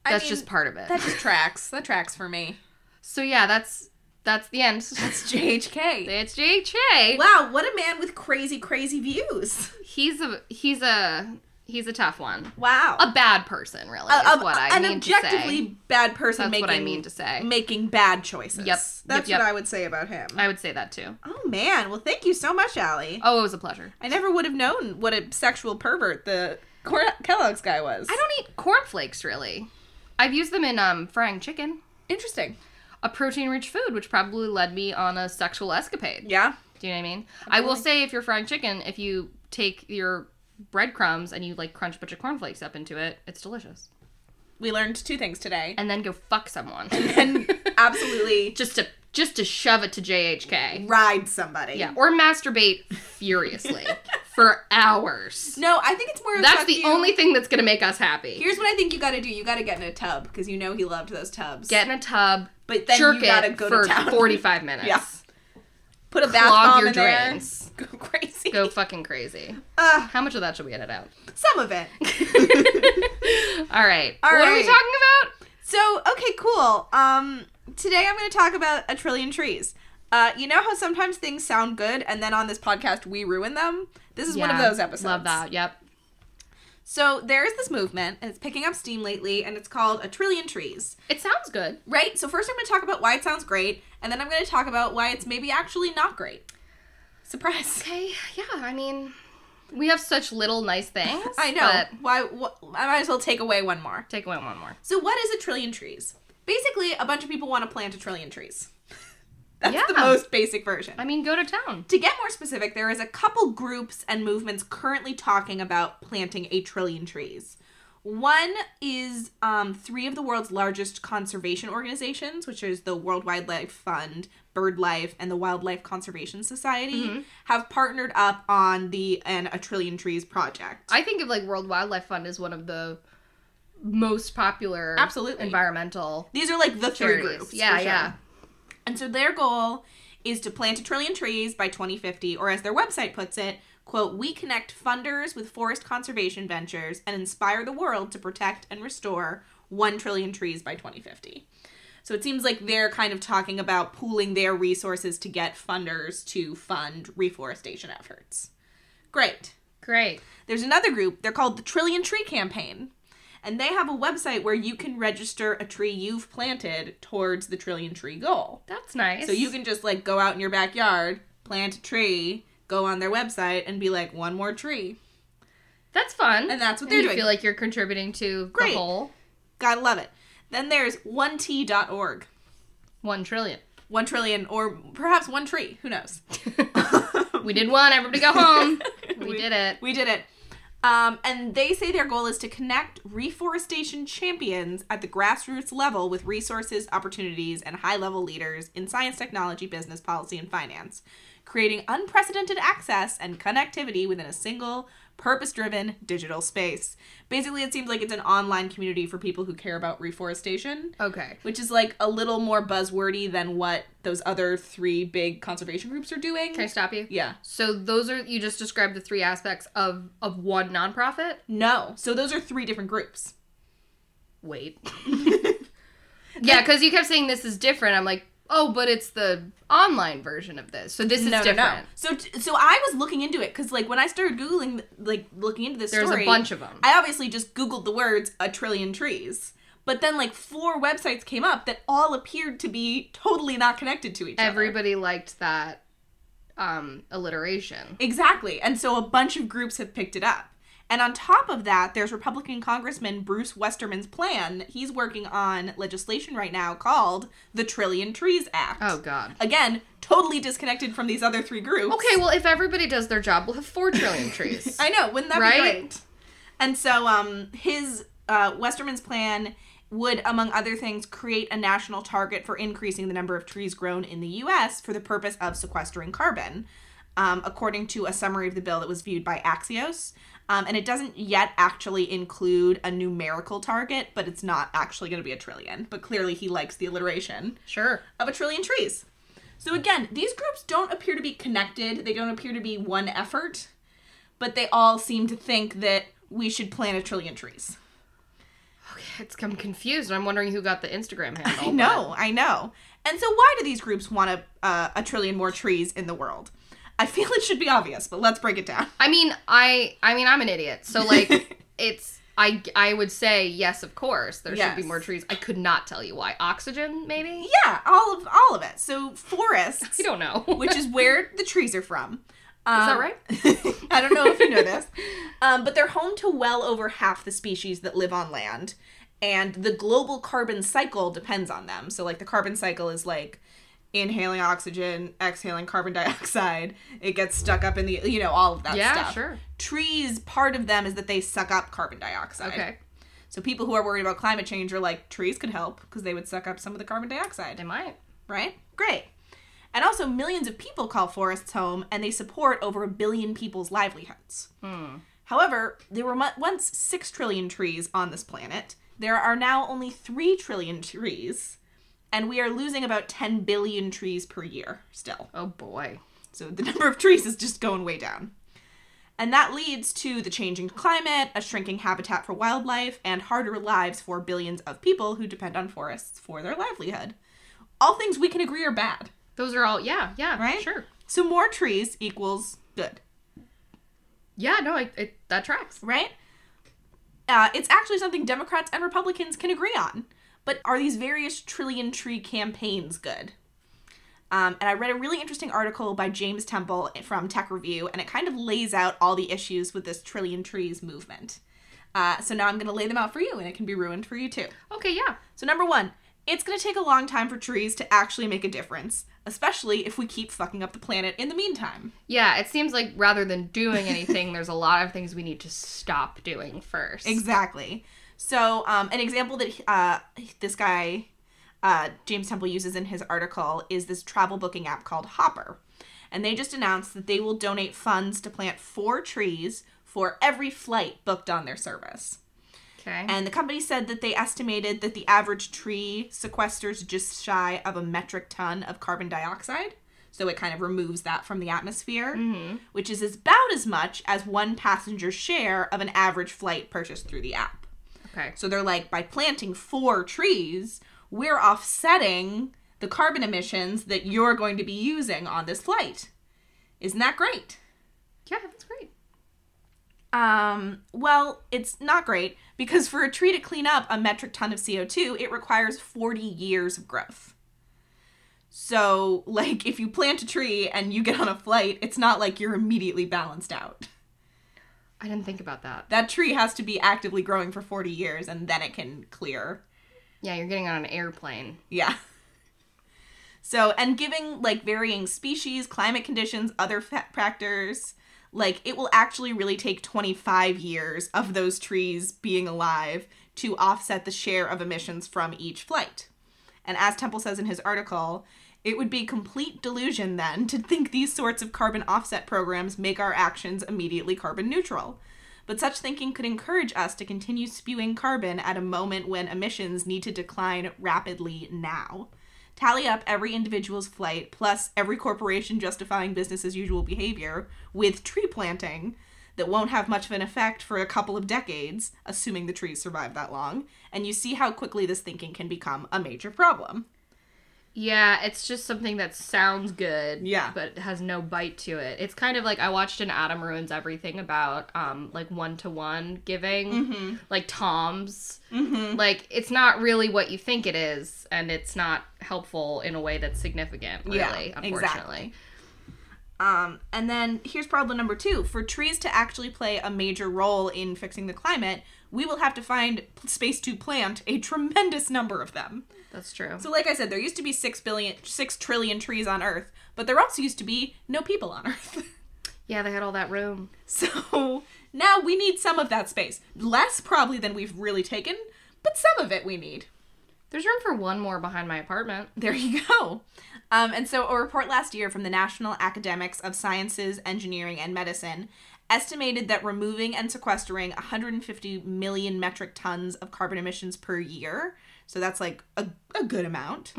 Speaker 1: I
Speaker 2: That's
Speaker 1: mean,
Speaker 2: just part of it.
Speaker 1: That just tracks. That tracks for me.
Speaker 2: So yeah, that's that's the end.
Speaker 1: That's JHK.
Speaker 2: It's JHA.
Speaker 1: Wow, what a man with crazy, crazy views.
Speaker 2: He's a he's a he's a tough one.
Speaker 1: Wow.
Speaker 2: A bad person, really.
Speaker 1: A-
Speaker 2: is
Speaker 1: a-
Speaker 2: what I
Speaker 1: an
Speaker 2: mean
Speaker 1: objectively
Speaker 2: to say.
Speaker 1: bad person
Speaker 2: That's
Speaker 1: making
Speaker 2: what I mean to say.
Speaker 1: making bad choices.
Speaker 2: Yep,
Speaker 1: That's
Speaker 2: yep, yep.
Speaker 1: what I would say about him.
Speaker 2: I would say that too.
Speaker 1: oh man, well thank you so much, Allie.
Speaker 2: Oh, it was a pleasure.
Speaker 1: I never would have known what a sexual pervert the Cor- Kellogg's guy was.
Speaker 2: I don't eat cornflakes really. I've used them in um, frying chicken,
Speaker 1: Interesting.
Speaker 2: a protein-rich food, which probably led me on a sexual escapade.
Speaker 1: Yeah.
Speaker 2: Do you know what I mean? I will say, if you're frying chicken, if you take your breadcrumbs and you like crunch a bunch of cornflakes up into it, it's delicious.
Speaker 1: We learned two things today.
Speaker 2: And then go fuck someone.
Speaker 1: And absolutely
Speaker 2: just to just to shove it to JHK.
Speaker 1: ride somebody.
Speaker 2: Yeah, or masturbate furiously for hours.
Speaker 1: No, I think it's more of
Speaker 2: That's
Speaker 1: fuck
Speaker 2: the
Speaker 1: you.
Speaker 2: only thing that's gonna make us happy.
Speaker 1: Here's what I think you got to do. You got to get in a tub because you know he loved those tubs.
Speaker 2: Get in a tub,
Speaker 1: but then
Speaker 2: jerk
Speaker 1: you got to
Speaker 2: it
Speaker 1: go
Speaker 2: for
Speaker 1: to town.
Speaker 2: 45 minutes.
Speaker 1: Yeah. Put a bath
Speaker 2: Clog
Speaker 1: bomb
Speaker 2: your
Speaker 1: in there.
Speaker 2: drains.
Speaker 1: Go crazy.
Speaker 2: Go fucking crazy.
Speaker 1: Ugh,
Speaker 2: How much of that should we edit out?
Speaker 1: some of it.
Speaker 2: All right.
Speaker 1: All
Speaker 2: what are
Speaker 1: right.
Speaker 2: we talking about?
Speaker 1: So okay, cool. Um, today I'm going to talk about a trillion trees. Uh, you know how sometimes things sound good, and then on this podcast we ruin them. This is one of
Speaker 2: Yeah,
Speaker 1: those episodes.
Speaker 2: Love that. Yep.
Speaker 1: So there is this movement, and it's picking up steam lately, and it's called a trillion trees.
Speaker 2: It sounds good.
Speaker 1: Right? So first I'm going to talk about why it sounds great, and then I'm going to talk about why it's maybe actually not great. Surprise.
Speaker 2: Okay. Yeah. I mean, we have such little nice things.
Speaker 1: I know.
Speaker 2: But
Speaker 1: Why wh- I might as well take away one more.
Speaker 2: take away one more.
Speaker 1: So what is a trillion trees? Basically, a bunch of people want to plant a trillion trees. That's the
Speaker 2: Yeah.
Speaker 1: most basic version.
Speaker 2: I mean, go to town.
Speaker 1: to get more specific, there is a couple groups and movements currently talking about planting a trillion trees. One is um, three of the world's largest conservation organizations, which is the World Wildlife Fund, BirdLife, and the Wildlife Conservation Society,
Speaker 2: Mm-hmm.
Speaker 1: have partnered up on the and a trillion trees project.
Speaker 2: I think of like World Wildlife Fund as one of the most popular
Speaker 1: Absolutely.
Speaker 2: environmental
Speaker 1: These are like the three
Speaker 2: charities.
Speaker 1: groups.
Speaker 2: yeah,
Speaker 1: for sure.
Speaker 2: yeah.
Speaker 1: And so their goal is to plant a trillion trees by 2050, or as their website puts it, quote, we connect funders with forest conservation ventures and inspire the world to protect and restore 1 trillion trees by 2050. So it seems like they're kind of talking about pooling their resources to get funders to fund reforestation efforts. Great.
Speaker 2: Great.
Speaker 1: There's another group, they're called the Trillion Tree Campaign. And they have a website where you can register a tree you've planted towards the trillion tree goal.
Speaker 2: That's nice.
Speaker 1: So you can just like go out in your backyard, plant a tree, go on their website, and be like, one more tree.
Speaker 2: That's fun.
Speaker 1: And that's what they're
Speaker 2: you
Speaker 1: doing.
Speaker 2: feel like you're contributing to
Speaker 1: Great.
Speaker 2: the whole
Speaker 1: Gotta love it. Then there's 1t.org.
Speaker 2: one trillion.
Speaker 1: One trillion, or perhaps one tree. Who knows?
Speaker 2: we did one. Everybody go home. we, did it.
Speaker 1: We did it. Um, and they say their goal is to connect reforestation champions at the grassroots level with resources, opportunities, and high level leaders in science, technology, business, policy, and finance creating unprecedented access and connectivity within a single purpose driven digital space. Basically, it seems like it's an online community for people who care about reforestation,
Speaker 2: Okay.
Speaker 1: which is like a little more buzzwordy than what those other three big conservation groups are doing.
Speaker 2: Can I stop you?
Speaker 1: Yeah.
Speaker 2: So those are you just described the three aspects of of one nonprofit.
Speaker 1: No. So those are three different groups.
Speaker 2: Wait. yeah, because you kept saying this is different. I'm like, oh, but it's the online version of this. So this is
Speaker 1: no,
Speaker 2: different.
Speaker 1: no, no. So, t- so I was looking into it because, like, when I started googling, like, looking into this
Speaker 2: There's
Speaker 1: story,
Speaker 2: a bunch of them.
Speaker 1: I obviously just googled the words "a trillion trees," but then like four websites came up that all appeared to be totally not connected to each other.
Speaker 2: Everybody liked that um alliteration.
Speaker 1: Exactly. And so a bunch of groups have picked it up. And on top of that, there's Republican Congressman Bruce Westerman's plan. He's working on legislation right now called the Trillion Trees Act.
Speaker 2: Oh God.
Speaker 1: Again, totally disconnected from these other three groups.
Speaker 2: Okay, well, if everybody does their job, we'll have four trillion trees.
Speaker 1: I know, wouldn't that
Speaker 2: Right?
Speaker 1: be great? And so um his uh Westerman's plan would among other things create a national target for increasing the number of trees grown in the US for the purpose of sequestering carbon. Um, according to a summary of the bill that was viewed by Axios. Um, and it doesn't yet actually include a numerical target, but it's not actually going to be a trillion. But clearly, he likes the alliteration
Speaker 2: sure.
Speaker 1: of a trillion trees. So again, these groups don't appear to be connected. They don't appear to be one effort, but they all seem to think that we should plant a trillion trees.
Speaker 2: It's I'm confused. I'm wondering who got the Instagram handle.
Speaker 1: I know, I know. And so why do these groups want a, uh, a trillion more trees in the world? I feel it should be obvious, but let's break it down.
Speaker 2: I mean, I I mean, I'm an idiot. So like, it's I I would say yes, of course, there should
Speaker 1: Yes.
Speaker 2: be more trees. I could not tell you why. Oxygen, maybe.
Speaker 1: Yeah, all of all of it. So forests,
Speaker 2: You don't know.
Speaker 1: which is where the trees are from. Um,
Speaker 2: that right?
Speaker 1: I don't know if you know this, um, but they're home to well over half the species that live on land, and the global carbon cycle depends on them. So, like, the carbon cycle is like inhaling oxygen, exhaling carbon dioxide. It gets stuck up in the, you know, all of that
Speaker 2: yeah,
Speaker 1: stuff.
Speaker 2: sure.
Speaker 1: Trees, part of them is that they suck up carbon dioxide.
Speaker 2: Okay.
Speaker 1: So, people who are worried about climate change are like, trees could help because they would suck up some of the carbon dioxide
Speaker 2: They might.
Speaker 1: right? Great. And also, millions of people call forests home, and they support over a billion people's livelihoods. However, there were mu- once 6 trillion trees on this planet. There are now only 3 trillion trees, and we are losing about 10 billion trees per year still.
Speaker 2: Oh boy.
Speaker 1: So the number of trees is just going way down. And that leads to the changing climate, a shrinking habitat for wildlife, and harder lives for billions of people who depend on forests for their livelihood. All things we can agree are bad,
Speaker 2: Those are all. Yeah, yeah.
Speaker 1: right?
Speaker 2: Sure.
Speaker 1: So more trees equals good,
Speaker 2: Yeah. No. It, it that tracks.
Speaker 1: right? Uh, it's actually something Democrats and Republicans can agree on. But are these various trillion tree campaigns good? Um, and I read a really interesting article by James Temple from Tech Review, and it kind of lays out all the issues with this trillion trees movement. Uh, so now I'm going to lay them out for you, and it can be ruined for you too.
Speaker 2: Okay. Yeah.
Speaker 1: So, number one, it's going to take a long time for trees to actually make a difference, especially if we keep fucking up the planet in the meantime.
Speaker 2: Yeah. It seems like rather than doing anything, there's a lot of things we need to stop doing first.
Speaker 1: Exactly. So, um, an example that uh, this guy, uh, James Temple, uses in his article is this travel booking app called Hopper. And they just announced that they will donate funds to plant four trees for every flight booked on their service.
Speaker 2: Okay.
Speaker 1: And the company said that they estimated that the average tree sequesters just shy of a metric ton of carbon dioxide. So it kind of removes that from the atmosphere, which is about as much as one passenger share of an average flight purchased through the app.
Speaker 2: okay.
Speaker 1: So they're like, by planting four trees, we're offsetting the carbon emissions that you're going to be using on this flight. Isn't that great?
Speaker 2: Yeah. That's great.
Speaker 1: Um, well, it's not great because for a tree to clean up a metric ton of CO2, it requires 40 years of growth. So, like, if you plant a tree and you get on a flight, it's not like you're immediately balanced out.
Speaker 2: I didn't think about that.
Speaker 1: That tree has to be actively growing for 40 years and then it can clear
Speaker 2: Yeah. You're getting on an airplane.
Speaker 1: Yeah. So, and giving like varying species, climate conditions, other fa- factors, like it will actually really take 25 years of those trees being alive to offset the share of emissions from each flight. And as Temple says in his article, It would be complete delusion then to think these sorts of carbon offset programs make our actions immediately carbon neutral. But such thinking could encourage us to continue spewing carbon at a moment when emissions need to decline rapidly now. Tally up every individual's flight plus every corporation justifying business as usual behavior with tree planting that won't have much of an effect for a couple of decades, assuming the trees survive that long, and you see how quickly this thinking can become a major problem.
Speaker 2: Yeah, it's just something that sounds good.
Speaker 1: Yeah.
Speaker 2: But it has no bite to it. It's kind of like I watched an Adam Ruins Everything about um like one to one giving.
Speaker 1: Mm-hmm.
Speaker 2: Like Tom's. Like it's not really what you think it is, and it's not helpful in a way that's significant, really,
Speaker 1: Yeah,
Speaker 2: unfortunately.
Speaker 1: exactly. Um, and then here's problem number two for trees to actually play a major role in fixing the climate, we will have to find p- space to plant a tremendous number of them.
Speaker 2: That's true.
Speaker 1: So, like I said, there used to be six billion, six trillion trees on Earth, but there also used to be no people on Earth.
Speaker 2: yeah, they had all that room.
Speaker 1: so now we need some of that space. Less probably than we've really taken, but some of it we need.
Speaker 2: There's room for one more behind my apartment.
Speaker 1: There you go. Um, and so, a report last year from the National Academics of Sciences, Engineering, and Medicine estimated that removing and sequestering 150 million metric tons of carbon emissions per year, so that's like a, a good amount,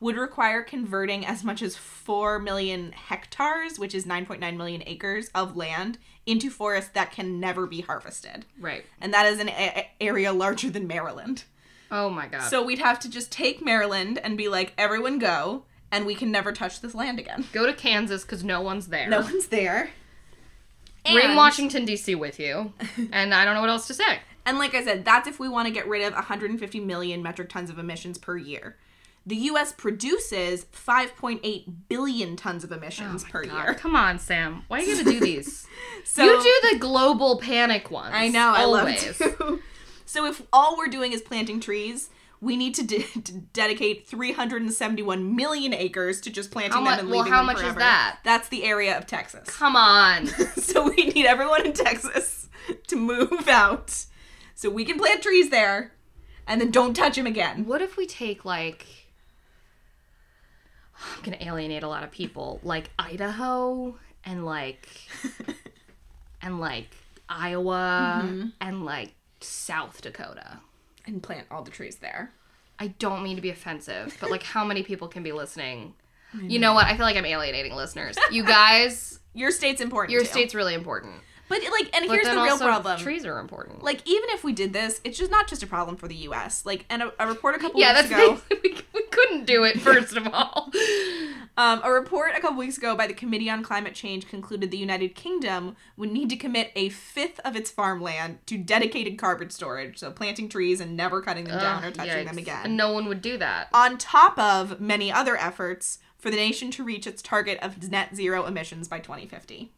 Speaker 1: would require converting as much as 4 million hectares, which is 9.9 million acres of land, into forests that can never be harvested.
Speaker 2: Right.
Speaker 1: And that is an a- a- area larger than Maryland.
Speaker 2: Oh my god.
Speaker 1: So we'd have to just take Maryland and be like, everyone go, and we can never touch this land again.
Speaker 2: Go to Kansas because no one's there.
Speaker 1: No one's there.
Speaker 2: Bring
Speaker 1: And-
Speaker 2: Washington D.C. with you, and I don't know what else to say.
Speaker 1: And like I said, that's if we want to get rid of 150 million metric tons of emissions per year. The US produces 5.8 billion tons of emissions per
Speaker 2: God,
Speaker 1: year.
Speaker 2: Come on, Sam. Why are you gonna do these?
Speaker 1: So
Speaker 2: you do the global panic ones.
Speaker 1: I know, I
Speaker 2: always.
Speaker 1: love it. too. So if all we're doing is planting trees, we need to, de- to dedicate 371 million acres to just planting
Speaker 2: How
Speaker 1: them
Speaker 2: mu-
Speaker 1: and
Speaker 2: well,
Speaker 1: leaving
Speaker 2: how
Speaker 1: them
Speaker 2: much is
Speaker 1: forever.
Speaker 2: that?
Speaker 1: That's the area of Texas.
Speaker 2: Come on.
Speaker 1: so we need everyone in Texas to move out so we can plant trees there and then don't touch them again.
Speaker 2: what if we take like I'm gonna alienate a lot of people, like Idaho and like and like Iowa
Speaker 1: Mm-hmm.
Speaker 2: and like South Dakota.
Speaker 1: And plant all the trees there.
Speaker 2: I don't mean to be offensive, but like how many people can be listening? You know what? I feel like I'm alienating listeners. You guys,
Speaker 1: Your state's important.
Speaker 2: your
Speaker 1: too.
Speaker 2: state's really important.
Speaker 1: But like and
Speaker 2: But
Speaker 1: here's
Speaker 2: then
Speaker 1: the real
Speaker 2: also,
Speaker 1: problem.
Speaker 2: Trees are important.
Speaker 1: like even if we did this, it's just not just a problem for the US. Like and a, a report a couple
Speaker 2: yeah,
Speaker 1: weeks
Speaker 2: that's
Speaker 1: ago.
Speaker 2: the thing. We, we couldn't do it first of all.
Speaker 1: Um, a report a couple weeks ago by the Committee on Climate Change concluded the United Kingdom would need to commit a fifth of its farmland to dedicated carbon storage, so planting trees and never cutting them down or
Speaker 2: Ugh,
Speaker 1: touching them
Speaker 2: yikes.
Speaker 1: again.
Speaker 2: And no one would do that.
Speaker 1: on top of many other efforts for the nation to reach its target of net zero emissions by 2050.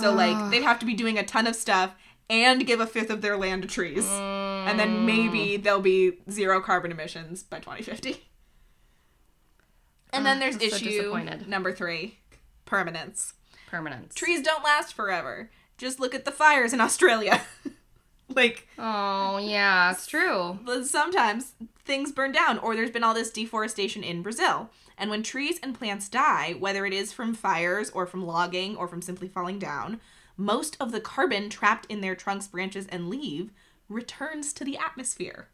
Speaker 1: So, like, they'd have to be doing a ton of stuff and give a fifth of their land to trees. And
Speaker 2: Mm.
Speaker 1: then maybe there'll be zero carbon emissions by 2050. And then there's
Speaker 2: I'm so
Speaker 1: issue
Speaker 2: disappointed.
Speaker 1: number three permanence.
Speaker 2: Permanence.
Speaker 1: Trees don't last forever. Just look at the fires in Australia. like,
Speaker 2: Oh yeah, it's true.
Speaker 1: but sometimes things burn down or there's been all this deforestation in Brazil. And when trees and plants die, whether it is from fires or from logging or from simply falling down, most of the carbon trapped in their trunks, branches, and leaves returns to the atmosphere.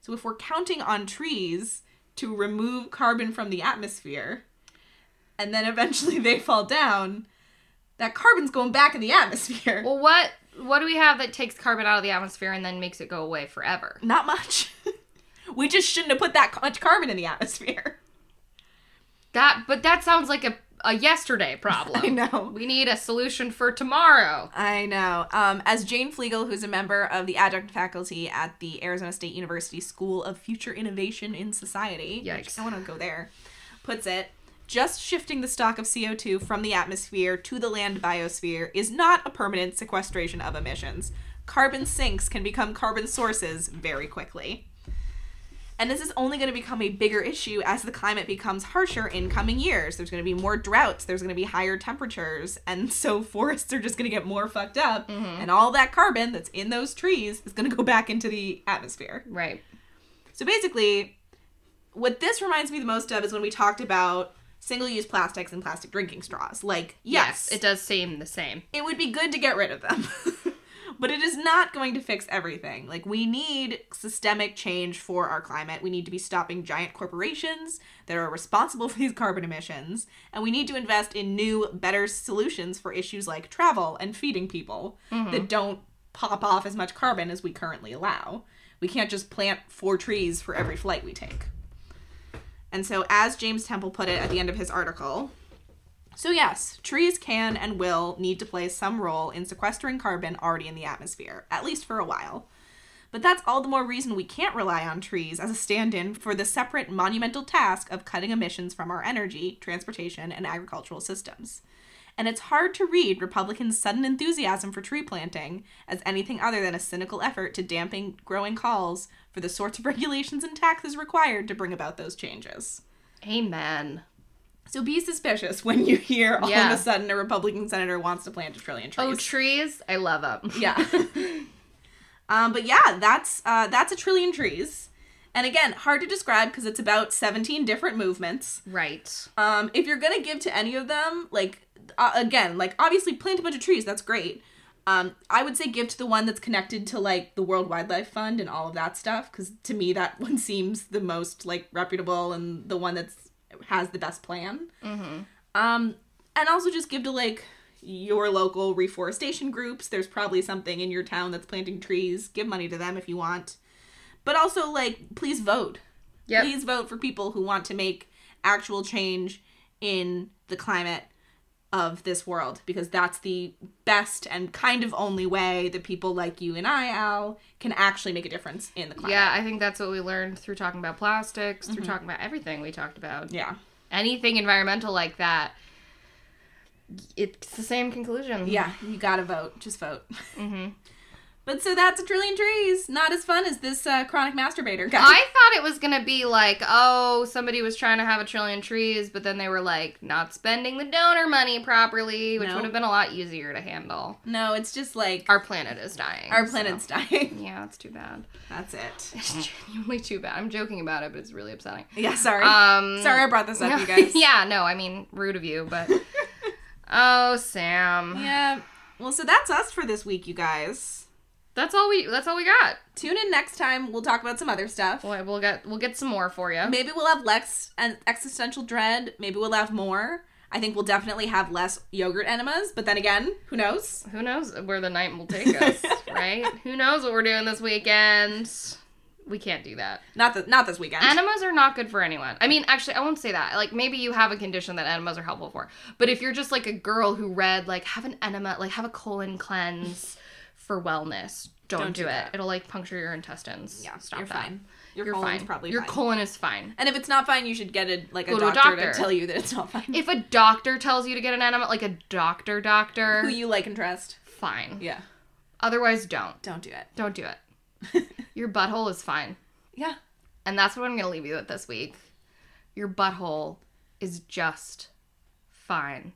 Speaker 1: So if we're counting on trees to remove carbon from the atmosphere and then eventually they fall down, that carbon's going back in the atmosphere.
Speaker 2: Well, what what do we have that takes carbon out of the atmosphere and then makes it go away forever?
Speaker 1: Not much. we just shouldn't have put that ca- much carbon in the atmosphere.
Speaker 2: That but that sounds like a a yesterday problem.
Speaker 1: I know.
Speaker 2: We need a solution for tomorrow.
Speaker 1: I know. Um, as Jane Flegel, who's a member of the adjunct faculty at the Arizona State University School of Future Innovation in Society, which
Speaker 2: Yikes.
Speaker 1: I want to go there, puts it, just shifting the stock of CO2 from the atmosphere to the land biosphere is not a permanent sequestration of emissions. Carbon sinks can become carbon sources very quickly. And this is only going to become a bigger issue as the climate becomes harsher in coming years. There's going to be more droughts, there's going to be higher temperatures, and so forests are just going to get more fucked up. And all that carbon that's in those trees is going to go back into the atmosphere.
Speaker 2: Right.
Speaker 1: So basically, what this reminds me the most of is when we talked about single use plastics and plastic drinking straws. Like, yes,
Speaker 2: it does seem the same.
Speaker 1: it would be good to get rid of them. but it is not going to fix everything. Like, we need systemic change for our climate. We need to be stopping giant corporations that are responsible for these carbon emissions. And we need to invest in new, better solutions for issues like travel and feeding people that don't pop off as much carbon as we currently allow. We can't just plant four trees for every flight we take. And so, as James Temple put it at the end of his article, so, yes, trees can and will need to play some role in sequestering carbon already in the atmosphere, at least for a while. But that's all the more reason we can't rely on trees as a stand in for the separate monumental task of cutting emissions from our energy, transportation, and agricultural systems. And it's hard to read Republicans' sudden enthusiasm for tree planting as anything other than a cynical effort to dampen growing calls for the sorts of regulations and taxes required to bring about those changes.
Speaker 2: Amen.
Speaker 1: So be suspicious when you hear all
Speaker 2: Yeah.
Speaker 1: of a sudden a Republican senator wants to plant a trillion trees.
Speaker 2: Oh, trees! I love them.
Speaker 1: yeah. um, but yeah, that's uh, that's a trillion trees, and again, hard to describe because it's about seventeen different movements.
Speaker 2: Right.
Speaker 1: Um, if you're gonna give to any of them, like uh, again, like obviously plant a bunch of trees. That's great. Um, I would say give to the one that's connected to like the World Wildlife Fund and all of that stuff because to me that one seems the most like reputable and the one that's has the best plan. Um, and also just give to like your local reforestation groups. There's probably something in your town that's planting trees. Give money to them if you want. But also like please vote.
Speaker 2: Yep.
Speaker 1: Please vote for people who want to make actual change in the climate of this world because that's the best and kind of only way that people like you and I, Al, can actually make a difference in the climate.
Speaker 2: Yeah, I think that's what we learned through talking about plastics, through talking about everything we talked about.
Speaker 1: Yeah.
Speaker 2: Anything environmental like that, it's the same conclusion.
Speaker 1: Yeah, you gotta vote. Just vote.
Speaker 2: Mm-hmm.
Speaker 1: But so that's a trillion trees. Not as fun as this uh, chronic masturbator guy.
Speaker 2: I thought it was going to be like, oh, somebody was trying to have a trillion trees, but then they were like not spending the donor money properly, which
Speaker 1: No.
Speaker 2: would have been a lot easier to handle.
Speaker 1: no, it's just like our,
Speaker 2: Our planet is dying. so-
Speaker 1: planet's dying.
Speaker 2: Yeah, it's too bad.
Speaker 1: That's it.
Speaker 2: It's genuinely too bad. I'm joking about it, but it's really upsetting.
Speaker 1: Yeah, sorry.
Speaker 2: Um,
Speaker 1: sorry I brought this up,
Speaker 2: no-
Speaker 1: you guys.
Speaker 2: yeah, no, I mean, rude of you, but. oh, Sam.
Speaker 1: yeah. Well, so that's us for this week, you guys.
Speaker 2: That's all we. That's all we got.
Speaker 1: Tune in next time. We'll talk about some other stuff.
Speaker 2: Boy, we'll get we'll get some more for you.
Speaker 1: Maybe we'll have less and existential dread. Maybe we'll have more. I think we'll definitely have less yogurt enemas, but then again, who knows?
Speaker 2: Who knows where the night will take us, right? Who knows what we're doing this weekend? We can't do that.
Speaker 1: Not th- not this weekend.
Speaker 2: Enemas are not good for anyone. I mean, actually, I won't say that. Like, maybe you have a condition that enemas are helpful for. But if you're just like a girl who read, like, have an enema, like, have a colon cleanse for wellness, don't,
Speaker 1: Don't
Speaker 2: do
Speaker 1: do
Speaker 2: it.
Speaker 1: that.
Speaker 2: It'll, like, puncture your intestines.
Speaker 1: yeah,
Speaker 2: stop
Speaker 1: you're
Speaker 2: that.
Speaker 1: fine. Your
Speaker 2: You're,
Speaker 1: colon's
Speaker 2: fine.
Speaker 1: probably
Speaker 2: your
Speaker 1: fine.
Speaker 2: colon is fine.
Speaker 1: And if it's not fine, you should get a like a
Speaker 2: Go to a
Speaker 1: doctor,
Speaker 2: doctor.
Speaker 1: to tell you that it's not fine.
Speaker 2: If a doctor tells you to get an enema, like a doctor, doctor,
Speaker 1: Who you like and trust.
Speaker 2: fine.
Speaker 1: Yeah.
Speaker 2: Otherwise, don't.
Speaker 1: Don't do it.
Speaker 2: Don't do it. Your butthole is fine.
Speaker 1: Yeah.
Speaker 2: And that's what I'm going to leave you with this week. Your butthole is just fine.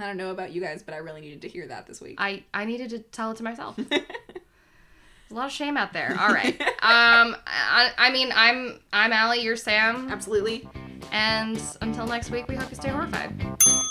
Speaker 1: I don't know about you guys, but I really needed to hear that this week.
Speaker 2: I, I needed to tell it to myself. There's a lot of shame out there. All right. Um, I, I mean, I'm I'm Allie, you're Sam,
Speaker 1: Absolutely.
Speaker 2: and until next week, we hope you stay horrified.